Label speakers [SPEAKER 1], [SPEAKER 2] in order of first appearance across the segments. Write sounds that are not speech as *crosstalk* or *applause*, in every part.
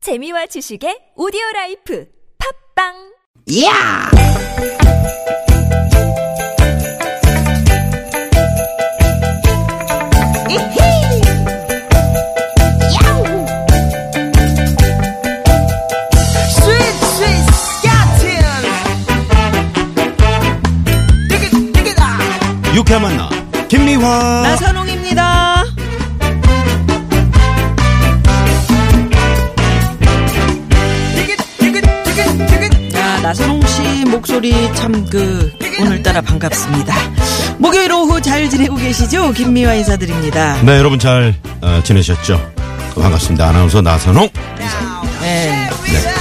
[SPEAKER 1] 재미와 지식의 오디오 라이프 팝빵!
[SPEAKER 2] 야! 이히! 야우! 스윗, 스윗, 스캇틴! 띠깃, 띠깃아!
[SPEAKER 3] 유쾌한 만나 김미화
[SPEAKER 2] 나선홍입니다. 띠깃, 띠깃, 띠깃, 띠깃!
[SPEAKER 4] 야, 나선홍 씨 목소리 참 그 오늘따라 반갑습니다. 목요일 오후 잘 지내고 계시죠? 김미화 인사드립니다.
[SPEAKER 3] 네 여러분 잘 어, 지내셨죠 반갑습니다 아나운서 나선홍
[SPEAKER 4] 네.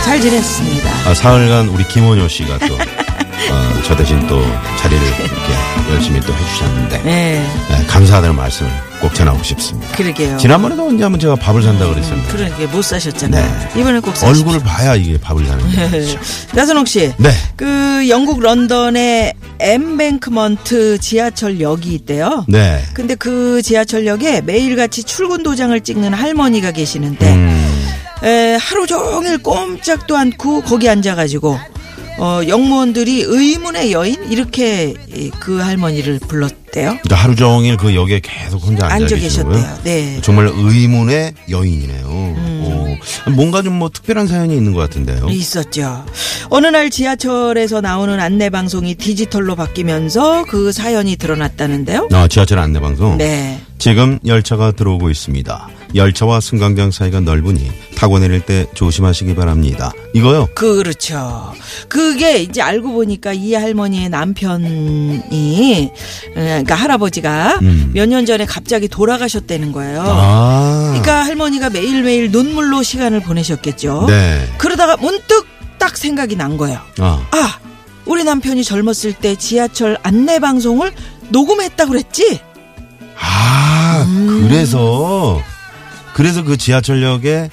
[SPEAKER 4] 잘 지냈습니다.
[SPEAKER 3] 아, 사흘간 우리 김원효 씨가
[SPEAKER 4] *laughs*
[SPEAKER 3] 또 어, 저 대신 또 자리를 이렇게 열심히 또 해주셨는데
[SPEAKER 4] 네.
[SPEAKER 3] 네, 감사하다는 말씀을 꼭 전하고 싶습니다
[SPEAKER 4] 그러게요.
[SPEAKER 3] 지난번에도 언제 한번 제가 밥을 산다 그랬었는데
[SPEAKER 4] 그러게 못 사셨잖아요.
[SPEAKER 3] 네.
[SPEAKER 4] 이번엔 꼭 사십시오.
[SPEAKER 3] 얼굴을 봐야 이게 밥을 사는
[SPEAKER 4] 네.
[SPEAKER 3] 거죠
[SPEAKER 4] 나선홍 씨.
[SPEAKER 3] 네.
[SPEAKER 4] 그 영국 런던의 엠뱅크먼트 지하철역이 있대요.
[SPEAKER 3] 네
[SPEAKER 4] 근데 그 지하철역에 매일같이 출근 도장을 찍는 할머니가 계시는데
[SPEAKER 3] 음,
[SPEAKER 4] 에, 하루 종일 꼼짝도 않고 거기 앉아가지고 어, 영무원들이 의문의 여인 이렇게 이, 그 할머니를 불렀대요.
[SPEAKER 3] 그러니까 하루 종일 그 역에 계속 혼자 앉아,
[SPEAKER 4] 앉아
[SPEAKER 3] 계시고요. 그렇죠.
[SPEAKER 4] 계셨대요. 네. 음.
[SPEAKER 3] 정말 의문의 여인이네요. 오, 뭔가 좀 뭐 특별한 사연이 있는 것 같은데요.
[SPEAKER 4] 있었죠. 어느 날 지하철에서 나오는 안내 방송이 디지털로 바뀌면서 그 사연이 드러났다는데요.
[SPEAKER 3] 아, 지하철 안내 방송.
[SPEAKER 4] 네.
[SPEAKER 3] 지금 열차가 들어오고 있습니다. 열차와 승강장 사이가 넓으니 타고 내릴 때 조심하시기 바랍니다. 이거요.
[SPEAKER 4] 그렇죠. 그게 이제 알고 보니까 이 할머니의 남편이 에, 그러니까 할아버지가
[SPEAKER 3] 음.
[SPEAKER 4] 몇 년 전에 갑자기 돌아가셨다는 거예요.
[SPEAKER 3] 아.
[SPEAKER 4] 그러니까 할머니가 매일매일 눈물로 시간을 보내셨겠죠.
[SPEAKER 3] 네.
[SPEAKER 4] 그러다가 문득 딱 생각이 난 거예요.
[SPEAKER 3] 아.
[SPEAKER 4] 아, 우리 남편이 젊었을 때 지하철 안내 방송을 녹음했다 그랬지?
[SPEAKER 3] 아, 그래서 그래서 그 지하철역에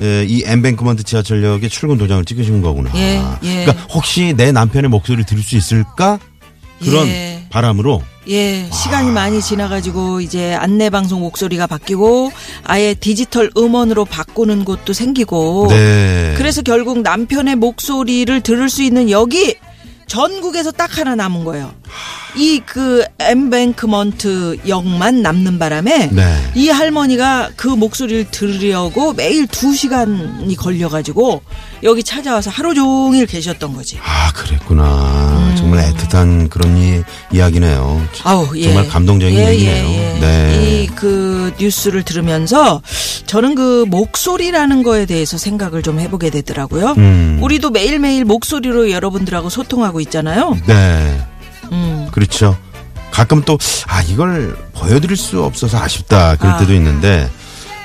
[SPEAKER 3] 에, 이 엠뱅크먼트 지하철역에 출근 도장을 찍으신 거구나.
[SPEAKER 4] 예, 예.
[SPEAKER 3] 그러니까 혹시 내 남편의 목소리를 들을 수 있을까? 그런
[SPEAKER 4] 예.
[SPEAKER 3] 바람으로
[SPEAKER 4] 예, 시간이
[SPEAKER 3] 아.
[SPEAKER 4] 많이 지나가지고 이제 안내 방송 목소리가 바뀌고 아예 디지털 음원으로 바꾸는 곳도 생기고
[SPEAKER 3] 네.
[SPEAKER 4] 어. 그래서 결국 남편의 목소리를 들을 수 있는 여기 전국에서 딱 하나 남은 거예요. 이 그 엠뱅크먼트 역만 남는 바람에
[SPEAKER 3] 네.
[SPEAKER 4] 이 할머니가 그 목소리를 들으려고 매일 두 시간이 걸려가지고 여기 찾아와서 하루 종일 계셨던 거지.
[SPEAKER 3] 아, 그랬구나. 정말 애틋한 그런 이, 이야기네요. 저-
[SPEAKER 4] 음. 아우, 예.
[SPEAKER 3] 정말 감동적인
[SPEAKER 4] 예,
[SPEAKER 3] 얘기네요.
[SPEAKER 4] 예, 예.
[SPEAKER 3] 네.
[SPEAKER 4] 이 그 뉴스를 들으면서 저는 그 목소리라는 거에 대해서 생각을 좀 해보게 되더라고요.
[SPEAKER 3] 음.
[SPEAKER 4] 우리도 매일매일 목소리로 여러분들하고 소통하고 있잖아요.
[SPEAKER 3] 네.
[SPEAKER 4] 음.
[SPEAKER 3] 그렇죠. 가끔 또, 아, 이걸 보여드릴 수 없어서 아쉽다. 그럴 때도 있는데,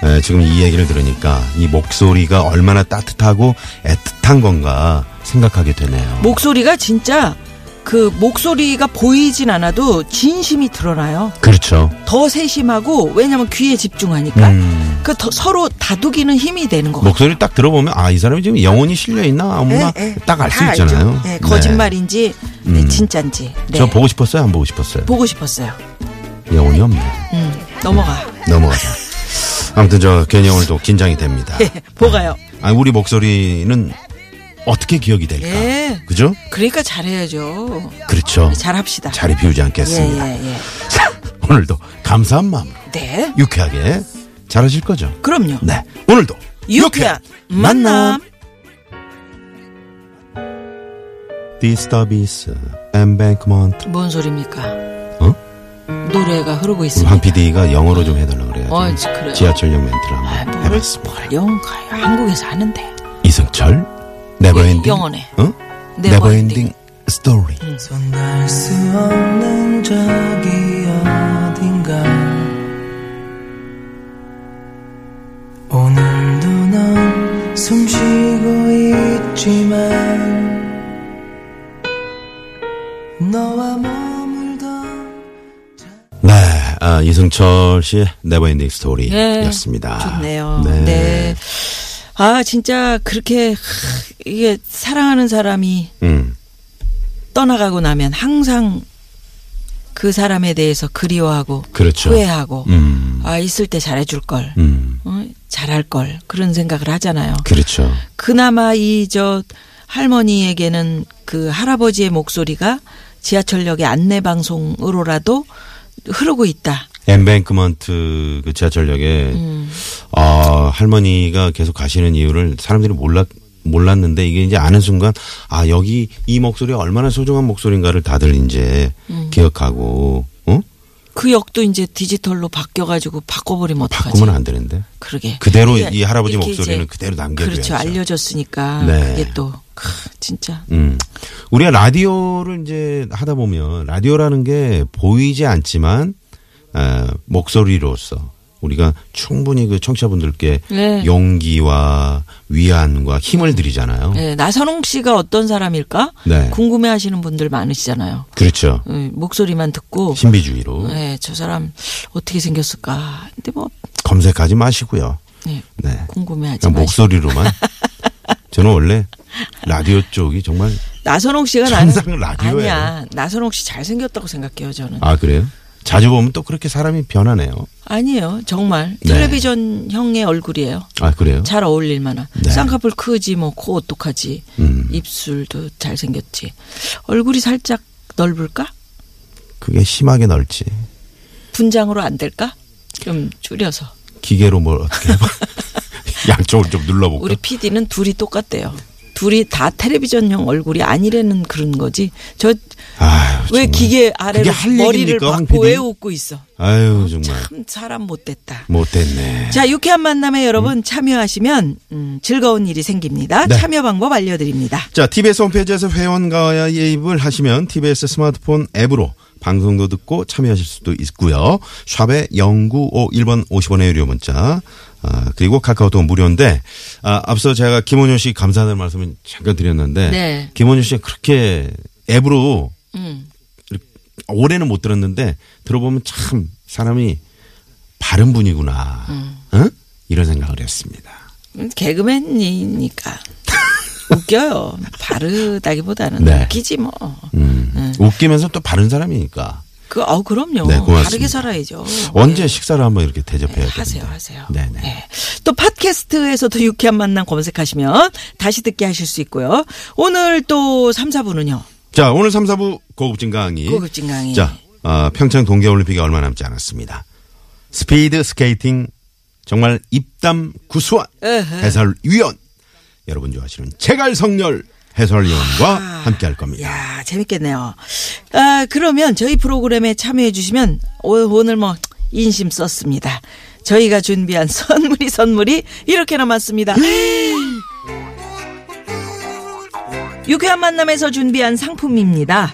[SPEAKER 3] 에, 지금 이 얘기를 들으니까 이 목소리가 얼마나 따뜻하고 애틋한 건가 생각하게 되네요.
[SPEAKER 4] 목소리가 진짜 그 목소리가 보이진 않아도 진심이 드러나요.
[SPEAKER 3] 그렇죠.
[SPEAKER 4] 더 세심하고 왜냐면 귀에 집중하니까
[SPEAKER 3] 음.
[SPEAKER 4] 그 더- 서로 다투기는 힘이 되는 거.
[SPEAKER 3] 목소리를 딱 들어보면, 아, 이 사람이 지금 영혼이 실려있나? 아무나 딱 알 수
[SPEAKER 4] 예, 다 알죠.
[SPEAKER 3] 있잖아요. 음.
[SPEAKER 4] 네, 거짓말인지 네, 진짠지. 네.
[SPEAKER 3] 저 보고 싶었어요? 안 보고 싶었어요?
[SPEAKER 4] 보고 싶었어요.
[SPEAKER 3] 영혼이 없네.
[SPEAKER 4] 음, 넘어가.
[SPEAKER 3] 넘어가자. 아무튼 저 괜히 오늘 또 긴장이 됩니다.
[SPEAKER 4] 예. *laughs* 뭐가요?
[SPEAKER 3] 아, 우리 목소리는 어떻게 기억이 될까?
[SPEAKER 4] 예.
[SPEAKER 3] 그죠?
[SPEAKER 4] 그러니까 잘해야죠.
[SPEAKER 3] 그렇죠.
[SPEAKER 4] 어, 잘합시다.
[SPEAKER 3] 자리 비우지
[SPEAKER 4] 예,
[SPEAKER 3] 않겠습니다.
[SPEAKER 4] 예, 예.
[SPEAKER 3] 오늘도 감사한 마음으로
[SPEAKER 4] 네.
[SPEAKER 3] 유쾌하게 잘하실 거죠?
[SPEAKER 4] 그럼요.
[SPEAKER 3] 네. 오늘도
[SPEAKER 4] 유쾌한 만남.
[SPEAKER 3] 디스터비스 엠뱅크먼트
[SPEAKER 4] 뭔 소리입니까?
[SPEAKER 3] 어?
[SPEAKER 4] 노래가 흐르고
[SPEAKER 3] 우리 황
[SPEAKER 4] 있습니다.
[SPEAKER 3] PD가 영어로 좀 해달라 그래요.
[SPEAKER 4] 어, 그래요.
[SPEAKER 3] 지하철역 멘트를
[SPEAKER 4] 아,
[SPEAKER 3] 한번
[SPEAKER 4] 뭐를
[SPEAKER 3] 해봤습니다.
[SPEAKER 4] 뭘 영어 가요? 한국에서 하는데.
[SPEAKER 3] 이승철 네버엔딩
[SPEAKER 4] 예, 영어네. 음.
[SPEAKER 3] 응?
[SPEAKER 4] 네버엔딩.
[SPEAKER 3] 네버엔딩 스토리
[SPEAKER 5] 손날 수 없는 저기 어딘가 오늘도 넌 숨쉬고 있지만 너와
[SPEAKER 4] 뭐
[SPEAKER 5] 머물던
[SPEAKER 3] 네, 아, 이승철 씨의 네버엔딩 스토리였습니다.
[SPEAKER 4] 좋네요. 네. 아, 진짜 그렇게 하, 이게 사랑하는 사람이
[SPEAKER 3] 음,
[SPEAKER 4] 떠나가고 나면 항상 그 사람에 대해서 그리워하고
[SPEAKER 3] 그렇죠.
[SPEAKER 4] 후회하고
[SPEAKER 3] 음.
[SPEAKER 4] 아 있을 때 잘해줄 걸
[SPEAKER 3] 음.
[SPEAKER 4] 어, 잘할 걸 그런 생각을 하잖아요.
[SPEAKER 3] 그렇죠.
[SPEAKER 4] 그나마 이 저 할머니에게는 그 할아버지의 목소리가 지하철역의 안내 방송으로라도 흐르고 있다.
[SPEAKER 3] 엠뱅크먼트 그 지하철역에
[SPEAKER 4] 음.
[SPEAKER 3] 아 할머니가 계속 가시는 이유를 사람들이 몰랐 몰랐는데 이게 이제 아는 순간 아 여기 이 목소리 가 얼마나 소중한 목소리인가를 다들 이제
[SPEAKER 4] 음.
[SPEAKER 3] 기억하고 어
[SPEAKER 4] 그 역도 이제 디지털로 바뀌어가지고 바꿔버리면 어떡하지?
[SPEAKER 3] 바꾸면 안 되는데
[SPEAKER 4] 그러게.
[SPEAKER 3] 그대로
[SPEAKER 4] 이게
[SPEAKER 3] 이 할아버지
[SPEAKER 4] 그러니까 이렇게
[SPEAKER 3] 목소리는
[SPEAKER 4] 이제
[SPEAKER 3] 그대로 남겨줘야죠.
[SPEAKER 4] 그렇죠. 알려졌으니까
[SPEAKER 3] 네.
[SPEAKER 4] 그게 또 크, 진짜
[SPEAKER 3] 음. 우리가 라디오를 이제 하다 보면 라디오라는 게 보이지 않지만 어, 목소리로서 우리가 충분히 그 청취자분들께
[SPEAKER 4] 네.
[SPEAKER 3] 용기와 위안과 힘을 드리잖아요.
[SPEAKER 4] 예, 나선홍 씨가 어떤 사람일까?
[SPEAKER 3] 네.
[SPEAKER 4] 궁금해하시는 분들 많으시잖아요.
[SPEAKER 3] 그렇죠.
[SPEAKER 4] 예, 목소리만 듣고
[SPEAKER 3] 신비주의로
[SPEAKER 4] 예, 저 사람 어떻게 생겼을까? 근데 뭐
[SPEAKER 3] 검색하지 마시고요.
[SPEAKER 4] 예,
[SPEAKER 3] 네.
[SPEAKER 4] 궁금해하지
[SPEAKER 3] 그냥
[SPEAKER 4] 마시고 *laughs*
[SPEAKER 3] 목소리로만. 저는 원래 라디오 쪽이 정말
[SPEAKER 4] 나선홍 씨가 나는
[SPEAKER 3] 천상 라디오예요.
[SPEAKER 4] 아니야. 나선홍 씨 잘생겼다고 생각해요, 저는.
[SPEAKER 3] 아 그래요? 자주 보면 또 그렇게 사람이 변하네요.
[SPEAKER 4] 아. 니에요 정말.
[SPEAKER 3] 네.
[SPEAKER 4] 텔레비전 형의 얼굴이에요.
[SPEAKER 3] 아 그래요?
[SPEAKER 4] 잘 어울릴 만한.
[SPEAKER 3] 네.
[SPEAKER 4] 쌍꺼풀 크지 뭐 코 어떡하지.
[SPEAKER 3] 음.
[SPEAKER 4] 입술도 잘생겼지. 얼굴이 살짝 넓을까?
[SPEAKER 3] 그게 심하게 넓지.
[SPEAKER 4] 분장으로 안 될까? 좀 줄여서.
[SPEAKER 3] 기계로 뭘 어떻게 해봐. *laughs* 양쪽을 좀 눌러볼까?
[SPEAKER 4] 우리 PD는 둘이 똑같대요. 둘이 다 텔레비전형 얼굴이 아니라는 그런 거지. 저 왜
[SPEAKER 3] 아유, 정말.
[SPEAKER 4] 기계 아래로
[SPEAKER 3] 그게 할
[SPEAKER 4] 머리를
[SPEAKER 3] 얘기입니까, 황
[SPEAKER 4] 박고
[SPEAKER 3] PD?
[SPEAKER 4] 왜 웃고 있어?
[SPEAKER 3] 아유 정말
[SPEAKER 4] 참 사람 못됐다.
[SPEAKER 3] 못됐네. 음.
[SPEAKER 4] 자, 유쾌한 만남에 여러분 참여하시면 음, 즐거운 일이 생깁니다.
[SPEAKER 3] 네.
[SPEAKER 4] 참여 방법 알려드립니다.
[SPEAKER 3] 자, TBS 홈페이지에서 회원 가입을 하시면 TBS 스마트폰 앱으로 방송도 듣고 참여하실 수도 있고요. 샵에 0951번 50원의 유료 문자. 아, 그리고 카카오톡 무료인데 아, 앞서 제가 김원효 씨 감사하는 말씀을 잠깐 드렸는데
[SPEAKER 4] 네.
[SPEAKER 3] 김원효 씨가 그렇게 앱으로
[SPEAKER 4] 음.
[SPEAKER 3] 이렇게 올해는 못 들었는데 들어보면 참 사람이 바른 분이구나. 응? 이런 생각을 했습니다.
[SPEAKER 4] 음,
[SPEAKER 3] *laughs*
[SPEAKER 4] 개그맨이니까 웃겨요. 바르다기보다는
[SPEAKER 3] 네.
[SPEAKER 4] 웃기지 뭐.
[SPEAKER 3] 음. 웃기면서 또 바른 사람이니까.
[SPEAKER 4] 그, 어, 그럼요.
[SPEAKER 3] 네, 고맙습니다.
[SPEAKER 4] 바르게 살아야죠. 예.
[SPEAKER 3] 언제 식사를 한번 이렇게 대접해야 되는데.
[SPEAKER 4] 네. 하세요, 하세요.
[SPEAKER 3] 네네.
[SPEAKER 4] 예. 또 팟캐스트에서도 유쾌한 만남 검색하시면 다시 듣게 하실 수 있고요. 오늘 또 3, 4부는요.
[SPEAKER 3] 자, 오늘 삼사부 고급진 강의.
[SPEAKER 4] 고급진 강의.
[SPEAKER 3] 자, 어, 평창 동계올림픽이 얼마 남지 않았습니다. 스피드 스케이팅 정말 입담 구수한
[SPEAKER 4] 으흐.
[SPEAKER 3] 해설위원. 여러분 좋아하시는 제갈성렬 해설위원과 함께 할 겁니다.
[SPEAKER 4] 아, 야 재밌겠네요. 아, 그러면 저희 프로그램에 참여해 주시면 오- 오늘 뭐 인심 썼습니다. 저희가 준비한 *laughs* 선물이 선물이 이렇게 남았습니다.
[SPEAKER 3] 예!
[SPEAKER 4] 유쾌한 만남에서 준비한 상품입니다.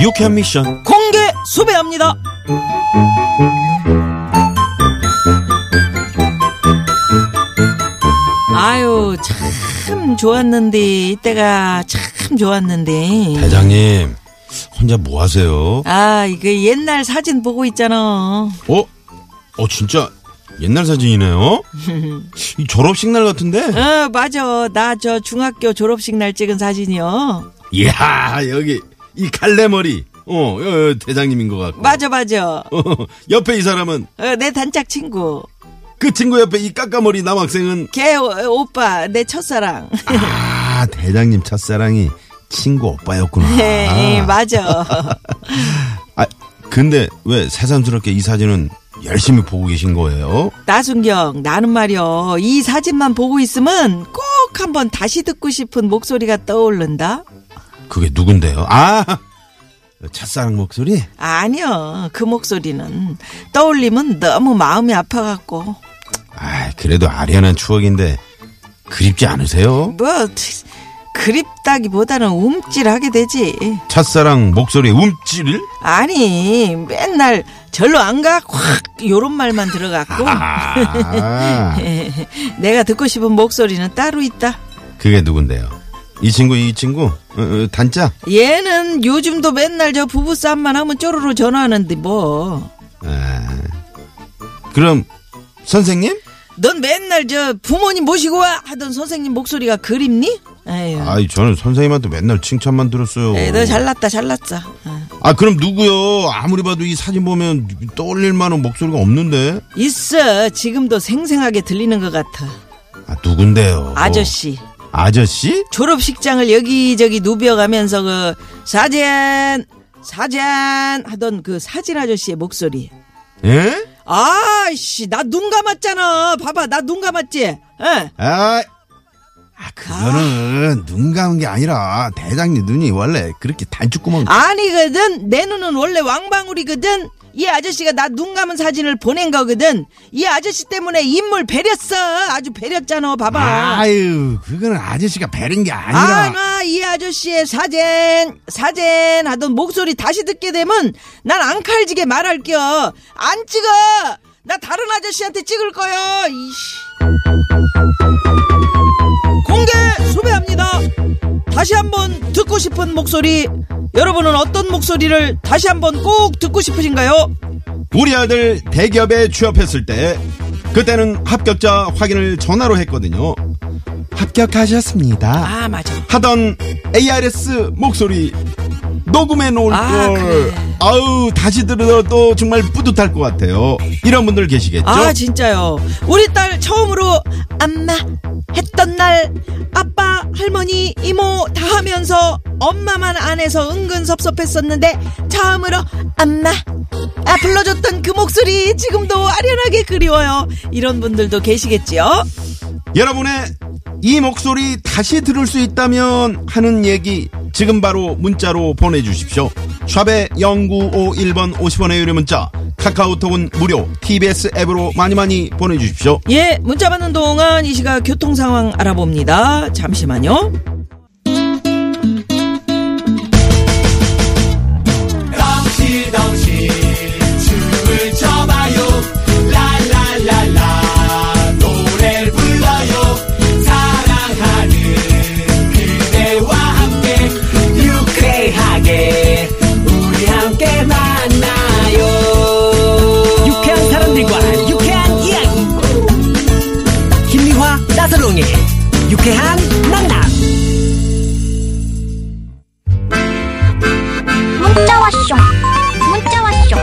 [SPEAKER 3] 유쾌한 미션.
[SPEAKER 4] 공개 수배합니다 아유 참 좋았는데 이때가 참 좋았는데
[SPEAKER 3] 대장님 혼자 뭐 하세요?
[SPEAKER 4] 아 이거 옛날 사진 보고 있잖아
[SPEAKER 3] 어? 어 진짜 옛날
[SPEAKER 4] *laughs*
[SPEAKER 3] 사진이네요. 이 졸업식 날 같은데.
[SPEAKER 4] 어, 맞아. 나 저 중학교 졸업식 날 찍은 사진이요.
[SPEAKER 3] 이야 여기 이 칼레머리. 어, 여, 여, 대장님인 것 같고.
[SPEAKER 4] 맞아, 맞아.
[SPEAKER 3] 어, *laughs* 옆에 이 사람은
[SPEAKER 4] 어, 내 단짝 친구.
[SPEAKER 3] 그 친구 옆에 이 까까머리 남학생은
[SPEAKER 4] 걔 어, 오, 오빠, 내 첫사랑. *laughs*
[SPEAKER 3] 아 대장님 첫사랑이 친구 오빠였구나.
[SPEAKER 4] 예, 맞아.
[SPEAKER 3] 아 근데 왜 새삼스럽게 이 사진은 열심히 보고 계신 거예요?
[SPEAKER 4] 나순경, 나는 말이요. 이 사진만 보고 있으면 꼭 한번 다시 듣고 싶은 목소리가 떠오른다?
[SPEAKER 3] 그게 누군데요? 아 첫사랑 목소리?
[SPEAKER 4] 아니요. 그 목소리는. 떠올리면 너무 마음이 아파갖고.
[SPEAKER 3] 아 그래도 아련한 추억인데 그립지 않으세요?
[SPEAKER 4] 뭐, 트- 그립다기보다는 움찔하게 되지.
[SPEAKER 3] 첫사랑 목소리 움찔을?
[SPEAKER 4] 아니, 맨날 절로 안 가? 확! 요런
[SPEAKER 3] *laughs*
[SPEAKER 4] 말만 들어갔고.
[SPEAKER 3] 아
[SPEAKER 4] 내가 듣고 싶은 목소리는 따로 있다.
[SPEAKER 3] 그게 누군데요? 이 친구 이 친구 어, 어, 단짝?
[SPEAKER 4] 얘는 요즘도 맨날 저 부부싸움만 하면 쪼르르 전화하는데 뭐.
[SPEAKER 3] 아, 그럼 선생님?
[SPEAKER 4] 넌 맨날 저 부모님 모시고 와 하던 선생님 목소리가 그립니? 에휴.
[SPEAKER 3] 아이 저는 선생님한테 맨날 칭찬만 들었어요.
[SPEAKER 4] 에이, 네, 너 잘났다 잘났어. 어.
[SPEAKER 3] 아 그럼 누구요? 아무리 봐도 이 사진 보면 떠올릴 만한 목소리가 없는데.
[SPEAKER 4] 있어 지금도 생생하게 들리는 것 같아.
[SPEAKER 3] 아 누군데요?
[SPEAKER 4] 아저씨
[SPEAKER 3] 아저씨?
[SPEAKER 4] 졸업식장을 여기저기 누벼가면서 그 사진 사진 하던 그 사진 아저씨의 목소리.
[SPEAKER 3] 예?
[SPEAKER 4] 아씨 나 눈 감았잖아. 봐봐 나 눈 감았지. 예.
[SPEAKER 3] 아, 아
[SPEAKER 4] 아.
[SPEAKER 3] 그거는 눈 감은 게 아니라 대장님 눈이 원래 그렇게 단축구멍.
[SPEAKER 4] 아니거든 내 눈은 원래 왕방울이거든. 이 아저씨가 나 눈 감은 사진을 보낸 거거든. 이 아저씨 때문에 인물 배렸어. 아주 배렸잖아. 봐봐.
[SPEAKER 3] 아유 그거는 아저씨가 배린 게 아니라.
[SPEAKER 4] 아, 나 이 아저씨의 사젠, 사젠 하던 목소리 다시 듣게 되면 난 안 칼지게 말할게요. 안 찍어! 나 다른 아저씨한테 찍을 거요! 이씨. 공개 수배합니다! 다시 한번 듣고 싶은 목소리. 여러분은 어떤 목소리를 다시 한번 꼭 듣고 싶으신가요?
[SPEAKER 3] 우리 아들 대기업에 취업했을 때 그때는 합격자 확인을 전화로 했거든요. 합격하셨습니다.
[SPEAKER 4] 아, 맞아.
[SPEAKER 3] 하던 ARS 목소리 녹음해 놓을
[SPEAKER 4] 아,
[SPEAKER 3] 걸
[SPEAKER 4] 그래.
[SPEAKER 3] 아우 다시 들어도 정말 뿌듯할 것 같아요. 이런 분들 계시겠죠?
[SPEAKER 4] 아 진짜요 우리 딸 처음으로 엄마 했던 날 아빠 할머니 이모 다 하면서 엄마만 안 해서 은근 섭섭했었는데 처음으로 엄마 아 불러줬던 그 목소리 지금도 아련하게 그리워요 이런 분들도 계시겠지요
[SPEAKER 3] 여러분의 이 목소리 다시 들을 수 있다면 하는 얘기 지금 바로 문자로 보내주십시오. 샵의 0951번 50원의 유료 문자 카카오톡은 무료 TBS 앱으로 많이 많이 보내주십시오.
[SPEAKER 4] 예 문자 받는 동안 이 시각 교통 상황 알아봅니다 잠시만요
[SPEAKER 2] 유쾌한 사람들과 유쾌한 이야기 김미화 나서롱의 유쾌한 만남
[SPEAKER 6] 문자 왔쇼 문자 왔쇼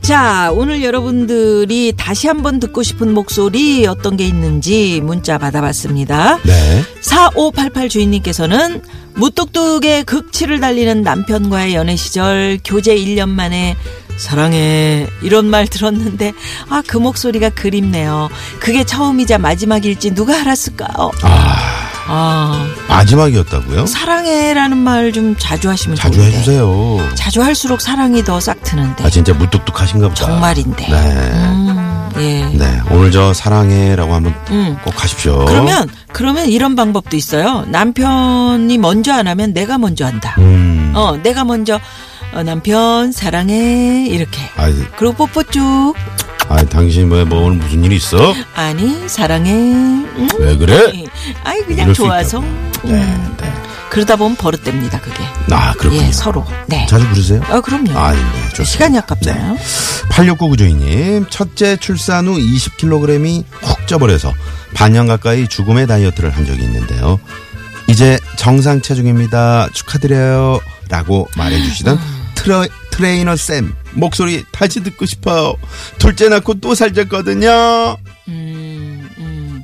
[SPEAKER 4] 자, 오늘 여러분들이 다시 한번 듣고 싶은 목소리 어떤 게 있는지 문자 받아봤습니다.
[SPEAKER 3] 네.
[SPEAKER 4] 4588 주인님께서는 무뚝뚝의 극치를 달리는 남편과의 연애 시절 교제 1년 만에 사랑해 이런 말 들었는데 아 그 목소리가 그립네요. 그게 처음이자 마지막일지 누가 알았을까요?
[SPEAKER 3] 아
[SPEAKER 4] 아
[SPEAKER 3] 마지막이었다고요?
[SPEAKER 4] 사랑해라는 말 좀 자주 하시면
[SPEAKER 3] 자주
[SPEAKER 4] 좋은데.
[SPEAKER 3] 해주세요.
[SPEAKER 4] 자주 할수록 사랑이 더 싹 트는데
[SPEAKER 3] 아 진짜 무뚝뚝하신가 보다.
[SPEAKER 4] 정말인데.
[SPEAKER 3] 네.
[SPEAKER 4] 음, 예.
[SPEAKER 3] 네. 어? 오늘 저 사랑해라고 한번
[SPEAKER 4] 음.
[SPEAKER 3] 꼭 하십시오.
[SPEAKER 4] 그러면 그러면 이런 방법도 있어요. 남편이 먼저 안 하면 내가 먼저 한다.
[SPEAKER 3] 음.
[SPEAKER 4] 어, 내가 먼저 어, 남편 사랑해 이렇게.
[SPEAKER 3] 아,
[SPEAKER 4] 그리고 뽀뽀 쭉
[SPEAKER 3] 아 당신 왜 뭐 오늘 무슨 일이 있어?
[SPEAKER 4] 아니 사랑해. 음.
[SPEAKER 3] 왜 그래?
[SPEAKER 4] 아이
[SPEAKER 3] 이럴
[SPEAKER 4] 그냥
[SPEAKER 3] 수
[SPEAKER 4] 좋아서. 음.
[SPEAKER 3] 있다고요. 네, 네.
[SPEAKER 4] 그러다 보면 버릇됩니다 그게.
[SPEAKER 3] 아, 그렇군요.
[SPEAKER 4] 예, 서로. 네.
[SPEAKER 3] 자주 부르세요?
[SPEAKER 4] 아 그럼요.
[SPEAKER 3] 아, 네. 좋습니다.
[SPEAKER 4] 시간이 아깝잖아요.
[SPEAKER 3] 8699조이님, 첫째 출산 후 20kg이 훅 쪄버려서 반년 가까이 죽음의 다이어트를 한 적이 있는데요. 이제 정상 체중입니다. 축하드려요. 라고 말해주시던 트레, 트레이너 쌤, 목소리 다시 듣고 싶어요. 둘째 낳고 또 살쪘거든요.
[SPEAKER 4] 음, 음.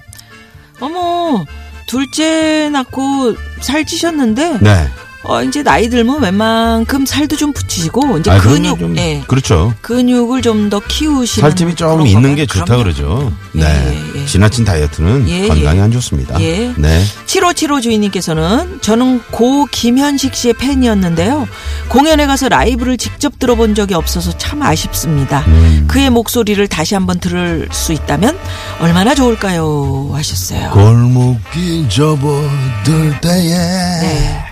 [SPEAKER 4] 어머 둘째 낳고 살찌셨는데
[SPEAKER 3] 네.
[SPEAKER 4] 어 이제 나이 들면 웬만큼 살도 좀 붙이시고 이제
[SPEAKER 3] 아, 그러면
[SPEAKER 4] 근육
[SPEAKER 3] 좀
[SPEAKER 4] 예.
[SPEAKER 3] 그렇죠.
[SPEAKER 4] 근육을 좀 더 키우시는
[SPEAKER 3] 살집이 조금
[SPEAKER 4] 그런
[SPEAKER 3] 있는
[SPEAKER 4] 거고요.
[SPEAKER 3] 게 좋다
[SPEAKER 4] 그럼요.
[SPEAKER 3] 그러죠.
[SPEAKER 4] 예,
[SPEAKER 3] 네.
[SPEAKER 4] 예, 예.
[SPEAKER 3] 지나친 다이어트는
[SPEAKER 4] 예,
[SPEAKER 3] 건강에
[SPEAKER 4] 예.
[SPEAKER 3] 안 좋습니다.
[SPEAKER 4] 예.
[SPEAKER 3] 네.
[SPEAKER 4] 7575 주인님께서는 저는 고 김현식 씨의 팬이었는데요. 공연에 가서 라이브를 직접 들어본 적이 없어서 참 아쉽습니다.
[SPEAKER 3] 음.
[SPEAKER 4] 그의 목소리를 다시 한번 들을 수 있다면 얼마나 좋을까요? 하셨어요.
[SPEAKER 3] 골목길 접어들 때에
[SPEAKER 4] 네.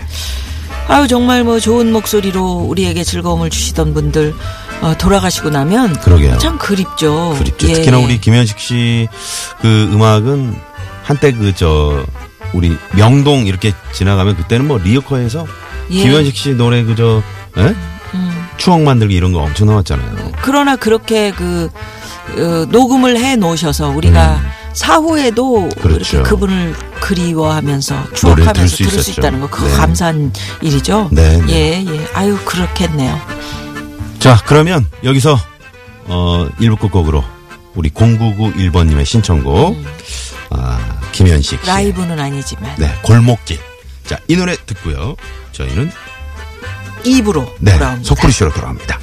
[SPEAKER 4] 아유 정말 뭐 좋은 목소리로 우리에게 즐거움을 주시던 분들 어, 돌아가시고 나면
[SPEAKER 3] 그러게요.
[SPEAKER 4] 참 그립죠.
[SPEAKER 3] 그립죠.
[SPEAKER 4] 예,
[SPEAKER 3] 특히나
[SPEAKER 4] 예.
[SPEAKER 3] 우리 김현식 씨 그 음악은 한때 그 저 우리 명동 이렇게 지나가면 그때는 뭐 리어커에서
[SPEAKER 4] 예. 음.
[SPEAKER 3] 김현식 씨 노래 그저 예? 추억 만들기 이런 거 엄청 나왔잖아요.
[SPEAKER 4] 그러나 그렇게 그 어, 녹음을 해 놓으셔서 우리가 사후에도
[SPEAKER 3] 음. 그렇죠.
[SPEAKER 4] 이렇게 그분을 그리워하면서
[SPEAKER 3] 노래를
[SPEAKER 4] 추억하면서
[SPEAKER 3] 들을
[SPEAKER 4] 들을
[SPEAKER 3] 수
[SPEAKER 4] 수,
[SPEAKER 3] 있었죠.
[SPEAKER 4] 있다는 거 그거
[SPEAKER 3] 네.
[SPEAKER 4] 감사한 일이죠.
[SPEAKER 3] 네,
[SPEAKER 4] 예, 예. 아유 그렇겠네요.
[SPEAKER 3] 자 그러면 여기서 어 1부 끝곡으로 우리 0991번님의 신청곡 아 김현식 씨
[SPEAKER 4] 라이브는 아니지만
[SPEAKER 3] 네 골목길 자 이 노래 듣고요 저희는
[SPEAKER 4] 입으로
[SPEAKER 3] 네
[SPEAKER 4] 돌아옵니다.
[SPEAKER 3] 소쿠리쇼로 네, 돌아옵니다.